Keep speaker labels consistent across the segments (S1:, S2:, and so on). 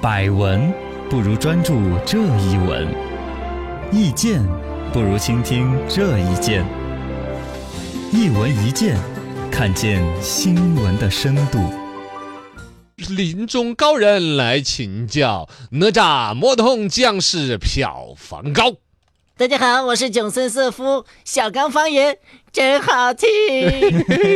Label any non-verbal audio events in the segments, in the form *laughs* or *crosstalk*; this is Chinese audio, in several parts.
S1: 百闻不如专注这一闻，意见不如倾听这一见。一闻一见，看见新闻的深度。
S2: 林中高人来请教，哪吒魔童降世票房高。
S3: 大家好，我是囧森瑟夫，小刚方言真好听。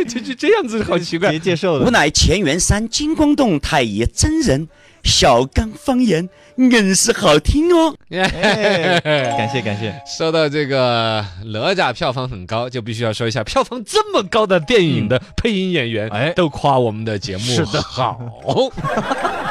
S2: 这这这样子好奇怪。
S1: 接受
S4: 吾乃乾元山金光洞太乙真人，小刚方言硬是好听哦。
S1: 哎感谢感谢。
S2: 说到这个哪吒票房很高，就必须要说一下票房这么高的电影的配音演员，
S1: 嗯哎
S2: 都夸我们的节目
S1: 是的 *laughs*
S2: 好。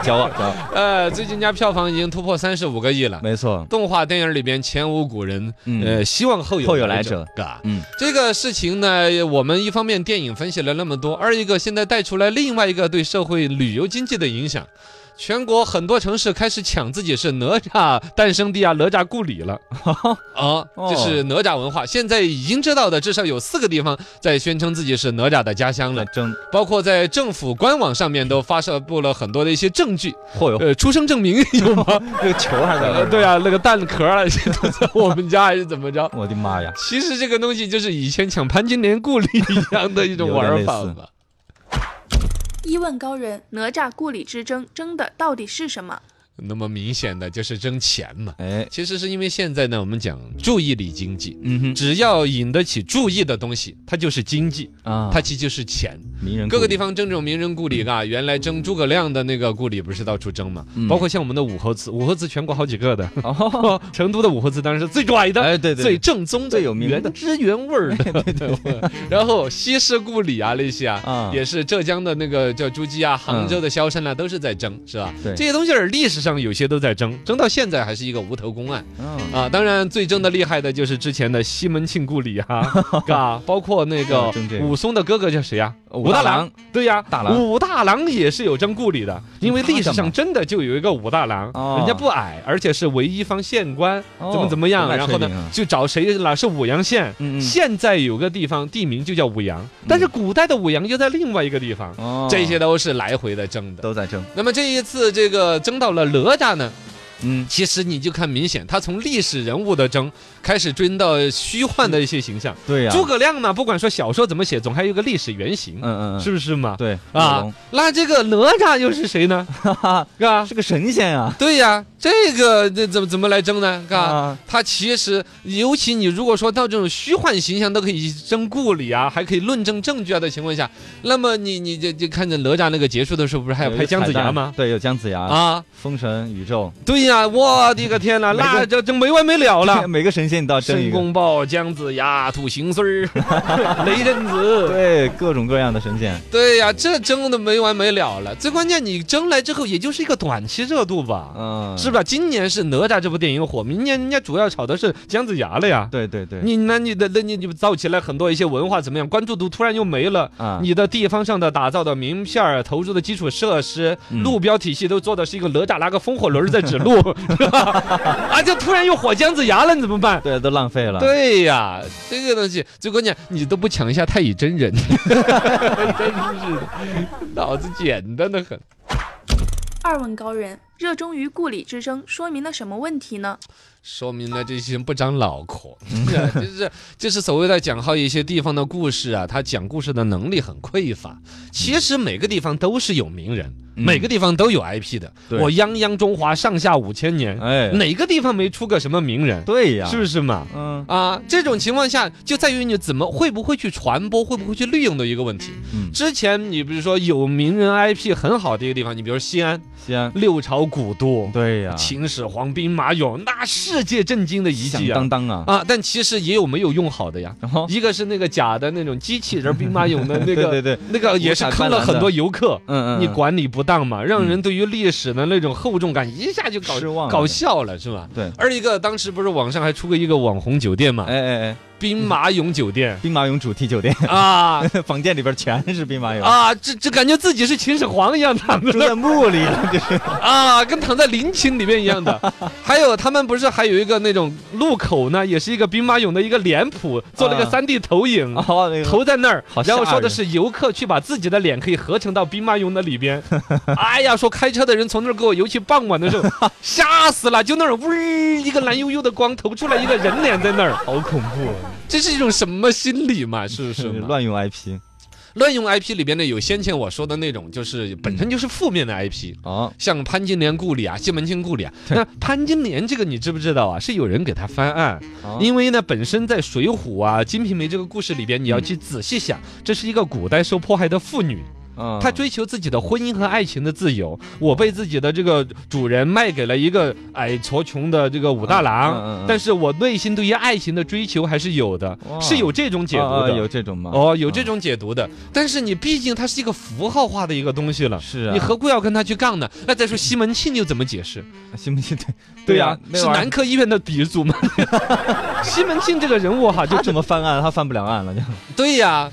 S1: 骄傲骄傲，
S2: 呃，最近家票房已经突破三十五个亿了。
S1: 没错。
S2: 动画电影里边前无古人，
S1: 嗯
S2: 呃，希望后有
S1: 后有来
S2: 者
S1: 者，
S2: 嘎。
S1: 嗯
S2: 这个事情呢，我们一方面电影分析了那么多，二一个现在带出来另外一个对社会旅游经济的影响。全国很多城市开始抢自己是哪吒诞生地啊、哪吒故里
S1: *laughs*
S2: 了啊，这是哪吒文化。现在已经知道的至少有四个地方在宣称自己是哪吒的家乡了，
S1: 争
S2: 包括在政府官网上面都发射布了很多的一些证据，
S1: 或有
S2: 呃，出生证明有吗？
S1: 这个球还在
S2: 呃， *laughs* 对啊，那个蛋壳啊，都在 *laughs* 我们家还是怎么着？
S1: 我的妈呀！
S2: 其实这个东西就是以前抢潘金莲故里一样的一种玩法
S1: *laughs* 有点类
S2: 吧。
S5: 一问高人，哪吒故里之争争的到底是什么？
S2: 那么明显的就是争钱嘛。
S1: 哎，
S2: 其实是因为现在呢，我们讲注意力经济，
S1: 嗯
S2: 只要引得起注意的东西，它就是经济，
S1: 哼啊，
S2: 它其实就是钱。
S1: 名人
S2: 各个
S1: 故里
S2: 地方争这种名人故里啊，原来争诸葛亮的那个故里不是到处争嘛
S1: 嗯？哦
S2: 包括像我们的武侯祠，武侯祠全国好几个的， *laughs* 成都的武侯祠当然是最拽的，
S1: 哎对对对
S2: 最正宗的、
S1: 最有名的哎
S2: 原汁原味儿的。 *laughs* 对然后西施故里啊那些啊
S1: 啊，嗯
S2: 也是浙江的那个叫诸暨啊，杭州的萧山啊，都是在争，是吧？
S1: 对
S2: 这些东西儿历史上有些都在争，争到现在还是一个无头公案
S1: 嗯
S2: 啊。当然，最争的厉害的就是之前的西门庆故里
S1: *laughs*
S2: 啊，啊，包括那个
S1: 争这个
S2: 武松的哥哥叫谁啊呀？
S1: 武大郎，
S2: 对呀，
S1: 大郎
S2: 武大郎也是有争故
S1: *laughs*
S2: 里的，因为历史
S1: 他干嘛
S2: 上真的就有一个武大郎
S1: 哦，
S2: 人家不矮，而且是为一方县官，
S1: 哦
S2: 怎么怎么样，
S1: 不赖
S2: 然后
S1: 水平啊
S2: 呢就找谁哪是武阳县
S1: 嗯，嗯
S2: 现在有个地方地名就叫武阳，但是古代的武阳又在另外一个地方，
S1: 哦
S2: 这些都是来回的争的。
S1: 都在争，
S2: 那么这一次这个争到了哪吒呢，
S1: 嗯，
S2: 其实你就看明显，他从历史人物的争开始追到虚幻的一些形象。
S1: 对呀，
S2: 诸葛亮呢，不管说小说怎么写，总还有一个历史原型
S1: 嗯，嗯嗯，
S2: 是不是嘛？
S1: 对
S2: 啊
S1: *laughs* 卧龙，
S2: 那这个哪吒又是谁呢？
S1: 哈哈，
S2: 是吧？
S1: 是个神仙啊，
S2: 对呀，这个这怎么怎么来争呢？是吧？
S1: 啊，
S2: 他其实，尤其你如果说到这种虚幻形象都可以争故里啊，还可以论证证据啊的情况下，那么你你这就看着哪吒那个结束的时候，不是还要
S1: 有
S2: 拍
S1: 一个
S2: 姜子
S1: 彩
S2: 牙
S1: 蛋
S2: 吗？
S1: 哎对，有姜子牙，
S2: 啊，
S1: 封神宇宙，
S2: 对呀，我的个天呐，
S1: 每个。
S2: 那这这没完没了
S1: *laughs*
S2: 了
S1: 每个神仙你都要争一
S2: *laughs* 申
S1: 个，
S2: 公豹、姜子牙、土行孙儿、 *laughs* 雷震子，
S1: 对，各种各样的神仙，
S2: 对呀，这争的没完没了了。最关键，你争来之后，也就是一个短期热度吧。
S1: 嗯，
S2: 是吧？今年是哪吒这部电影火，明年人家主要炒的是姜子牙了呀。
S1: 对对对，
S2: 你那你的那你就造起来很多一些文化怎么样？关注度突然又没了。
S1: 啊，
S2: 你的地方上的打造的名片儿、投入的基础设施、
S1: 嗯
S2: 路标体系都做的是一个哪吒拿个风火轮儿在指路， *laughs* 是吧？啊，就突然又火姜子牙了，你怎么办？
S1: 对，啊都浪费了，，
S2: 对呀，这个东西最关键，你都不抢一下太乙
S1: *laughs*
S2: 真人，真是的，脑子简单的很。
S5: 二问高人，热衷于故里之争，说明了什么问题呢？
S2: 说明了这些人不长脑壳，
S1: 嗯
S2: *laughs* 就是就是所谓的讲好一些地方的故事啊，他讲故事的能力很匮乏。其实每个地方都是有名人，
S1: 嗯
S2: 每个地方都有 IP 的。
S1: 对
S2: 我泱泱中华上下五千年，
S1: 哎，
S2: 哪个地方没出个什么名人？
S1: 对呀，
S2: 是不
S1: 是？
S2: 是嘛？
S1: 嗯
S2: 啊，这种情况下就在于你怎么会不会去传播，会不会去利用的一个问题。
S1: 嗯，
S2: 之前你比如说有名人 IP 很好的一个地方，你比如西安
S1: 西安，
S2: 六朝古都，
S1: 对啊呀，
S2: 秦始皇兵马俑，那世界震惊的遗
S1: 响
S2: 迹啊
S1: 当！当啊，
S2: 啊，但其实也有没有用好的呀。
S1: 然后
S2: 一个是那个假的那种机器人兵马俑的那
S1: *laughs* 对对
S2: 个，
S1: 对，
S2: 那个也是坑了很多游客。
S1: 嗯嗯，
S2: 你
S1: 嗯
S2: 管理不当嘛，让人对于历史的那种厚重感一下就搞
S1: 失望了
S2: 搞笑了，是吧？
S1: 对
S2: 二一个，当时不是网上还出过一个网红酒店嘛？
S1: 哎哎哎，
S2: 兵马俑酒
S1: *laughs*
S2: 店
S1: 兵马俑主题酒店，
S2: 啊
S1: 房间里边全是兵马俑，
S2: 啊，这这感觉自己是秦始皇一样躺
S1: *laughs*
S2: 在
S1: 住
S2: 那
S1: 在
S2: 儿
S1: 墓里了，就是
S2: 啊，跟躺在陵寝里面一
S1: *laughs*
S2: 样的。还有他们不是还有一个那种路口呢，也是一个兵马俑的一个脸谱，做了一个
S1: 啊
S2: 三 D 投影。
S1: 哦，那个
S2: 投在那儿
S1: 好，
S2: 然后
S1: 吓
S2: 说的
S1: 人
S2: 是游客去把自己的脸可以合成到兵马俑的里
S1: *laughs*
S2: 边。哎呀，说开车的人从那儿给我，尤其傍晚的时候，
S1: *laughs*
S2: 吓死了，就那种呜一个蓝悠悠的光投出来一个人脸在那儿，
S1: 好恐怖，
S2: 这是一种什么心理嘛？是啊不是嘛？
S1: 乱用 IP
S2: 乱用 IP 里边的有先前我说的那种，就是本
S1: 嗯
S2: 身就是负面的 IP。
S1: 哦，
S2: 像潘金莲故里啊，西门庆故里啊，
S1: 对
S2: 那潘金莲这个你知不知道啊？是有人给他翻案，
S1: 哦
S2: 因为呢，本身在《水浒》啊、《金瓶梅》这个故事里边，你要去仔细想，这是一个古代受迫害的妇女，
S1: 嗯
S2: 她追求自己的婚姻和爱情的自由。我被自己的这个主人卖给了一个矮矬穷的这个武大
S1: 嗯嗯嗯
S2: 郎
S1: 嗯，
S2: 但是我内心对于爱情的追求还是有的，
S1: 哇
S2: 是有这种解
S1: 啊
S2: 读
S1: 啊
S2: 的。
S1: 有这种吗？
S2: 哦，有这种解读的，但是你毕竟它是一个符号化的一个东西了，
S1: 是啊
S2: 你何苦要跟他去杠呢？那再说西门庆又怎么解释？
S1: 行不行？对啊
S2: 呀
S1: 呀，，
S2: 啊是南科医院的鼻祖嘛。西门庆这个人物哈，就
S1: 就这么翻案，他翻不了案了，就
S2: *laughs* 对呀，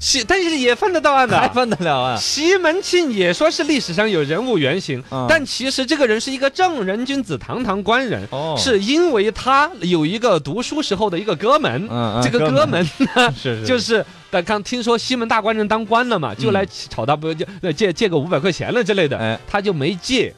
S2: 西但是也翻得到案
S1: 还
S2: 的。
S1: 翻得了啊案？
S2: 西门庆也说是历史上有人物原型，
S1: 嗯
S2: 但其实这个人是一个正人君子，堂堂官人。
S1: 哦
S2: 是因为他有一个读书时候的一个哥们，
S1: 嗯嗯
S2: 这个
S1: 哥
S2: 哥
S1: 们
S2: 们
S1: *laughs*
S2: 呢，
S1: 是是嗯
S2: 就是但刚听说西门大官人当官了嘛，就来找他不就呃借借个五百块钱了之类的
S1: 哎，哦
S2: 他就没借。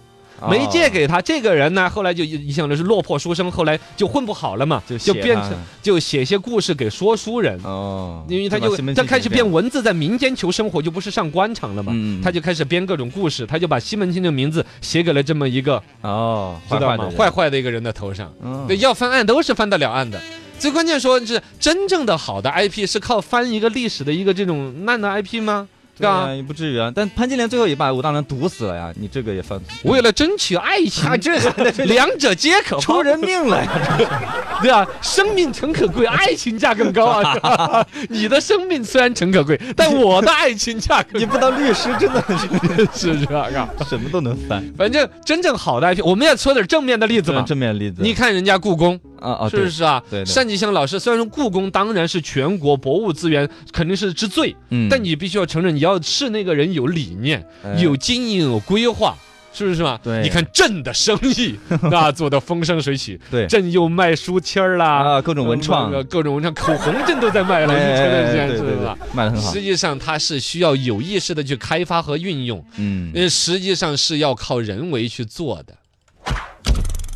S2: 没借给他，这个人呢，后来就一向都是落魄书生，后来就混不好了嘛，
S1: 就
S2: 就
S1: 写
S2: 变
S1: 他
S2: 成就写一些故事给说书人，
S1: 哦，
S2: 因为他
S1: 把
S2: 就
S1: 西门
S2: 他
S1: 庆
S2: 开始
S1: 给变
S2: 变文字，在民间求生活，就不是上官场了嘛，
S1: 嗯嗯
S2: 他就开始编各种故事，他就把西门庆这个名字写给了这么一个
S1: 哦，
S2: 知道吗？坏
S1: 坏
S2: 坏的一个人的头上，
S1: 嗯
S2: 对，要翻案都是翻得了案的。最关键说是真正的好的 IP 是靠翻一个历史的一个这种烂的 IP 吗？
S1: 对
S2: 吧？
S1: 啊，也不至于啊。但潘金莲最后也把武大郎毒死了呀，你这个也犯
S2: 为 *laughs* 了争取爱情，
S1: 啊这
S2: *laughs*
S1: 个
S2: 两者皆可
S1: 出
S2: 抛
S1: 人命了呀！
S2: *laughs* 对啊，生命诚可贵，爱情价更
S1: *laughs*
S2: 高啊！是吧你的生命虽然诚可贵，但我的爱情价
S1: *laughs*
S2: 更
S1: 你不当律师真的是
S2: *laughs* 是是吧？是吧
S1: 什么都能翻。
S2: 反正真正好的 IP，我们要说点正面的例子
S1: 这
S2: 嘛。
S1: 正面例子，
S2: 你看人家故宫，
S1: 啊啊，
S2: 是不
S1: 对，
S2: 是啊？
S1: 对对
S2: 单霁翔老师虽然说故宫当然是全国博物资源肯定是之最，
S1: 嗯
S2: 但你必须要承认，你要是那个人有理念、
S1: 哎
S2: 有经营、有规划。是不是嘛？
S1: 对
S2: 你看朕的生意，那做的风生水起。
S1: 对
S2: 朕又卖书签儿啦，
S1: 啊，各种文创，
S2: 呃各种文创，口红朕都在卖了，
S1: 哎
S2: 你
S1: 哎
S2: 前段
S1: 哎
S2: 时间
S1: 对
S2: 是不
S1: 对
S2: 是
S1: 对
S2: 吧？，
S1: 卖的很好
S2: 实，际上它是需要有意识的去开发和运用，
S1: 嗯，
S2: 呃，实际上是要靠人为去做的。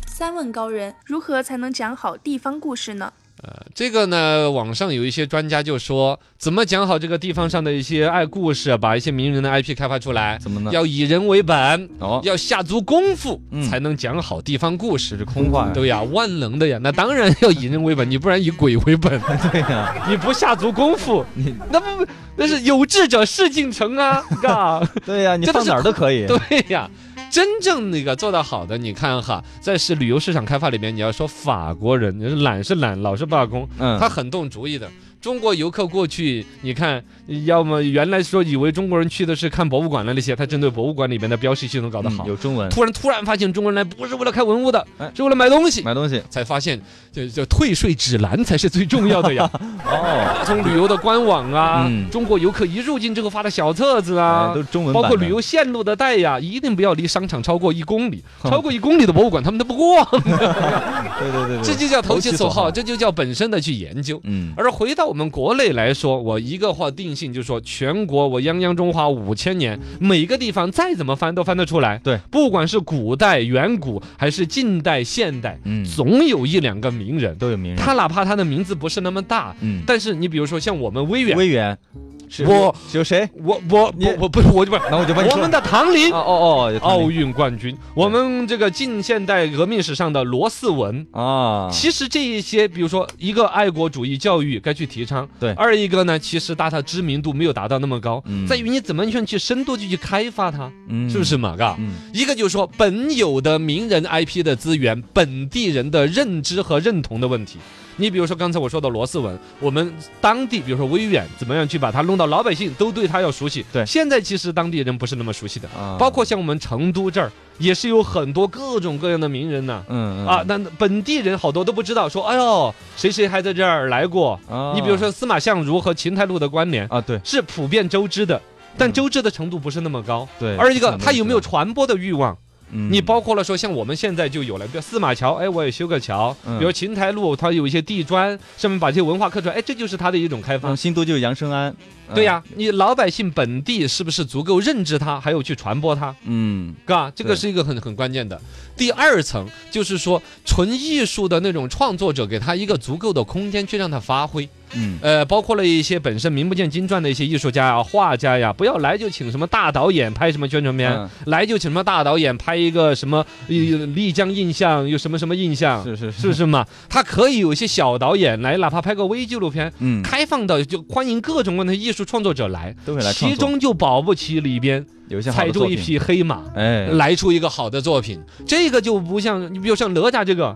S5: 三问高人，如何才能讲好地方故事呢？
S2: 呃这个呢，网上有一些专家就说，怎么讲好这个地方上的一些爱故事，把一些名人的 IP 开发出来，
S1: 嗯怎么呢？
S2: 要以人为本，
S1: 哦，
S2: 要下足功夫，
S1: 嗯
S2: 才能讲好地方
S1: 这
S2: 故事
S1: 是。空话呀，
S2: 对呀，万能的呀，那当然要以人
S1: *laughs*
S2: 为本，你不然以鬼为本。
S1: 对呀，
S2: 你不下足功夫，
S1: 你
S2: 那不那是有志者事竟成啊，
S1: *laughs*
S2: 嘎，
S1: 对呀，你
S2: 这都
S1: 放
S2: 是
S1: 哪儿都可以，
S2: 对呀。真正那个做得好的，你看哈，在是旅游市场开发里面，你要说法国人你懒是懒，老是罢工，
S1: 嗯
S2: 他很动主意的。中国游客过去，你看，要么原来说以为中国人去的是看博物馆的那些，他针对博物馆里面的标识系统搞得
S1: 嗯
S2: 好，
S1: 有中文，
S2: 突然突然发现中国人来不是为了看文物的
S1: 哎，
S2: 是为了买东西，
S1: 买东西，
S2: 才发现这这退税指南才是最重要的呀。
S1: *laughs* 哦，
S2: 从旅游的官网啊，
S1: 嗯
S2: 中国游客一入境之后发的小册子
S1: 哎
S2: 啊
S1: 都。是中文
S2: 包
S1: 版的，
S2: 括旅游线路的带呀、一定不要离商场超过一公里，超过一公里的博物馆他们都不过，
S1: 对，对对对，
S2: 这就叫投其所好，
S1: 好
S2: 这就叫本身的去研究。
S1: 嗯，
S2: 而回到我们国内来说，我一个话定性，就是说全国我泱泱中华五千年，每个地方再怎么翻都翻得出来。
S1: 对，
S2: 不管是古代、远古还是近代、现代，
S1: 嗯
S2: 总有一两个名人，
S1: 都有名人，
S2: 他哪怕他的名字不是那么大，
S1: 嗯，
S2: 但是你比如说像我们威远，
S1: 威远，是
S2: 我
S1: 是有谁？
S2: 我我
S1: 你
S2: 我我不是我就不是
S1: 那我就帮你
S2: 我
S1: 说
S2: 们的唐林
S1: 哦。哦哦，
S2: 奥运冠军，我们这个近现代革命史上的罗斯文，
S1: 啊，
S2: 其实这一些，比如说一个爱国主义教育该去提倡，
S1: 对
S2: 二一个呢，其实大它知名度没有达到那么高，
S1: 嗯
S2: 在于你怎么样去深度去去开发它，
S1: 嗯
S2: 是不是？嘛？嘎、
S1: 嗯，
S2: 一个就是说本有的名人 IP 的资源，本地人的认知和认同的问题。你比如说刚才我说的罗斯文，我们当地比如说威远，怎么样去把它弄到老百姓都对它要熟悉？
S6: 对
S2: 现在其实当地人不是那么熟悉的，
S6: 啊
S2: 包括像我们成都这儿，也是有很多各种各样的名人呐、
S6: 嗯嗯
S2: 啊，那本地人好多都不知道，说哎呦，谁谁还在这儿来过？
S6: 啊
S2: 你比如说司马相如和秦太禄的关联
S6: 啊，对
S2: 是普遍周知的，但周知的程度不是那么高。
S6: 嗯对，
S2: 二一个，他有没有传播的欲望？
S6: 嗯
S2: 你包括了说，像我们现在就有了，比如司马桥，哎，我也修个桥；
S6: 嗯
S2: 比如秦台路，它有一些地砖，上面把这些文化刻出来，哎，这就是它的一种开发
S6: 嗯。新都就有杨生安，嗯
S2: 对呀、，你老百姓本地是不是足够认知它，还有去传播它，
S6: 嗯
S2: 嘎，这个
S6: 对
S2: 是一个很很关键的。第二层就是说，纯艺术的那种创作者，给他一个足够的空间去让他发挥。
S6: 嗯
S2: 呃，包括了一些本身名不见经传的一些艺术家呀、画家呀，不要来就请什么大导演拍什么宣传片，
S6: 嗯
S2: 来就请什么大导演拍一个什么呃丽江印象，有什么什么印象，
S6: 是是
S2: 是不，是嘛？他可以有一些小导演来，哪怕拍个微纪录片。
S6: 嗯
S2: 开放的就欢迎各种各样的艺术创作者来，
S6: 都会来创作
S2: 其中就保不齐里边
S6: 有一些好
S2: 踩
S6: 的
S2: 住
S6: 作
S2: 一
S6: 品，
S2: 匹黑马，
S6: 哎，
S2: 来出一个好的作品。这个就不像你，比如像哪吒这个，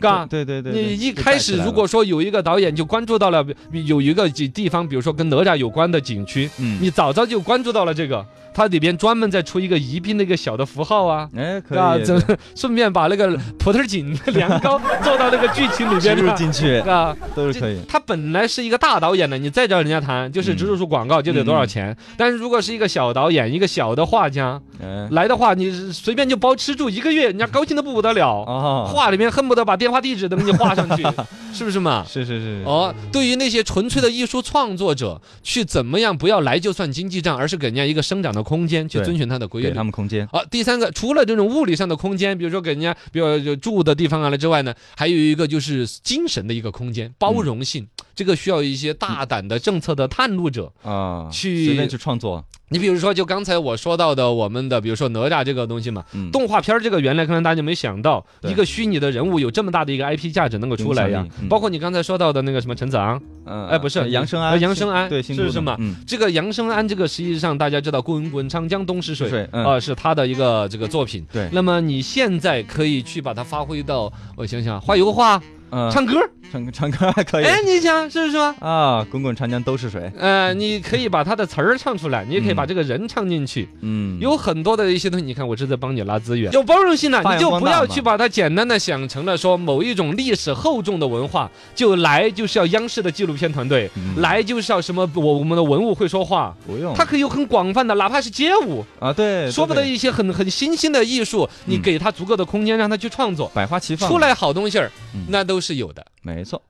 S2: 嘎，
S6: 对对对，对
S2: 你一
S6: 就带
S2: 开
S6: 起
S2: 始
S6: 来
S2: 如
S6: 了
S2: 果说有一个导演就关注到了有一个几地方，比如说跟哪吒有关的景区，
S6: 嗯
S2: 你早早就关注到了这个，它里边专门再出一个宜宾那个小的符号啊。
S6: 哎可
S2: 啊，
S6: 以
S2: 这顺便把那
S6: *laughs*
S2: 个葡萄井凉糕做到那个剧情里
S6: 植 *laughs*
S2: 边
S6: 入
S2: 去
S6: 进去
S2: 啊，
S6: 都是
S2: 这
S6: 可以，嗯
S2: 他本来是一个大导演的，你再找人家谈，就是植入出广告就得多少钱。但是如果是一个小导演、一个小的画家
S6: 哎
S2: 来的话，你随便就包吃住一个月，人家高兴的不得了。
S6: 哦，
S2: 画里面恨不得把电话地址都给你画上
S6: *laughs*
S2: 去，是不是嘛？
S6: 是是是，
S2: 哦，对于那些纯粹的艺术创作者，去怎么样不要来就算经济账，而是给人家一个生长的空间，去
S6: 对
S2: 遵循它的规
S6: 给
S2: 律
S6: 他。们空间，
S2: 好、第三个，除了这种物理上的空间，比如说给人家，比如就住的地方啊了之外呢，还有一个就是精神的一个空间，包容性，
S6: 嗯
S2: 这个需要一些大胆的政策的探路者。
S6: 啊，
S2: 去
S6: 随便去创作，
S2: 你比如说，就刚才我说到的，我们的比如说哪吒这个东西嘛，
S6: 嗯，
S2: 动画片儿这个原来可能大家没想到，
S6: 对嗯
S2: 一个虚拟的人物有这么大的一个 IP 价值能够出来呀
S6: 影响力。嗯
S2: 包括你刚才说到的那个什么陈子昂，
S6: 嗯，
S2: 哎不是
S6: 杨生
S2: 呃
S6: 安，
S2: 杨生安
S6: 对，
S2: 是
S6: 新都的
S2: 是吗
S6: 嗯，
S2: 这个杨生安这个实际上大家知道“滚滚长江东逝水”
S6: 水嗯
S2: 啊、是他的一个这个作品。
S6: 对
S2: 那么你现在可以去把它发挥到，我想想，画油画、
S6: 嗯，
S2: 唱歌，
S6: 唱 *laughs* 唱歌还可以
S2: 哎，你想是不是嘛？
S6: 啊，滚滚长江都是水，
S2: 呃，你可以把他的词儿唱出来，你也可以把
S6: 嗯
S2: 这个人唱进去，
S6: 嗯，
S2: 有很多的一些东西，你看我是在帮你拉资源，有包容性的，啊
S6: 发
S2: 你
S6: 扬
S2: 就
S6: 光
S2: 不
S6: 大
S2: 要
S6: 嘛
S2: 去把它简单的想成了说某一种历史厚重的文化，就来就是要央视的纪录片团队，
S6: 嗯
S2: 来就是要什么我我们的文物会说话，
S6: 不用
S2: 它可以有很广泛的，哪怕是街舞，
S6: 啊，对，
S2: 说不得
S6: 对
S2: 一些很很新兴的艺术，你
S6: 嗯
S2: 给他足够的空间让他去创作，
S6: 百花齐放，
S2: 出来好东西儿
S6: 嗯，
S2: 那都是有的。
S6: 没错。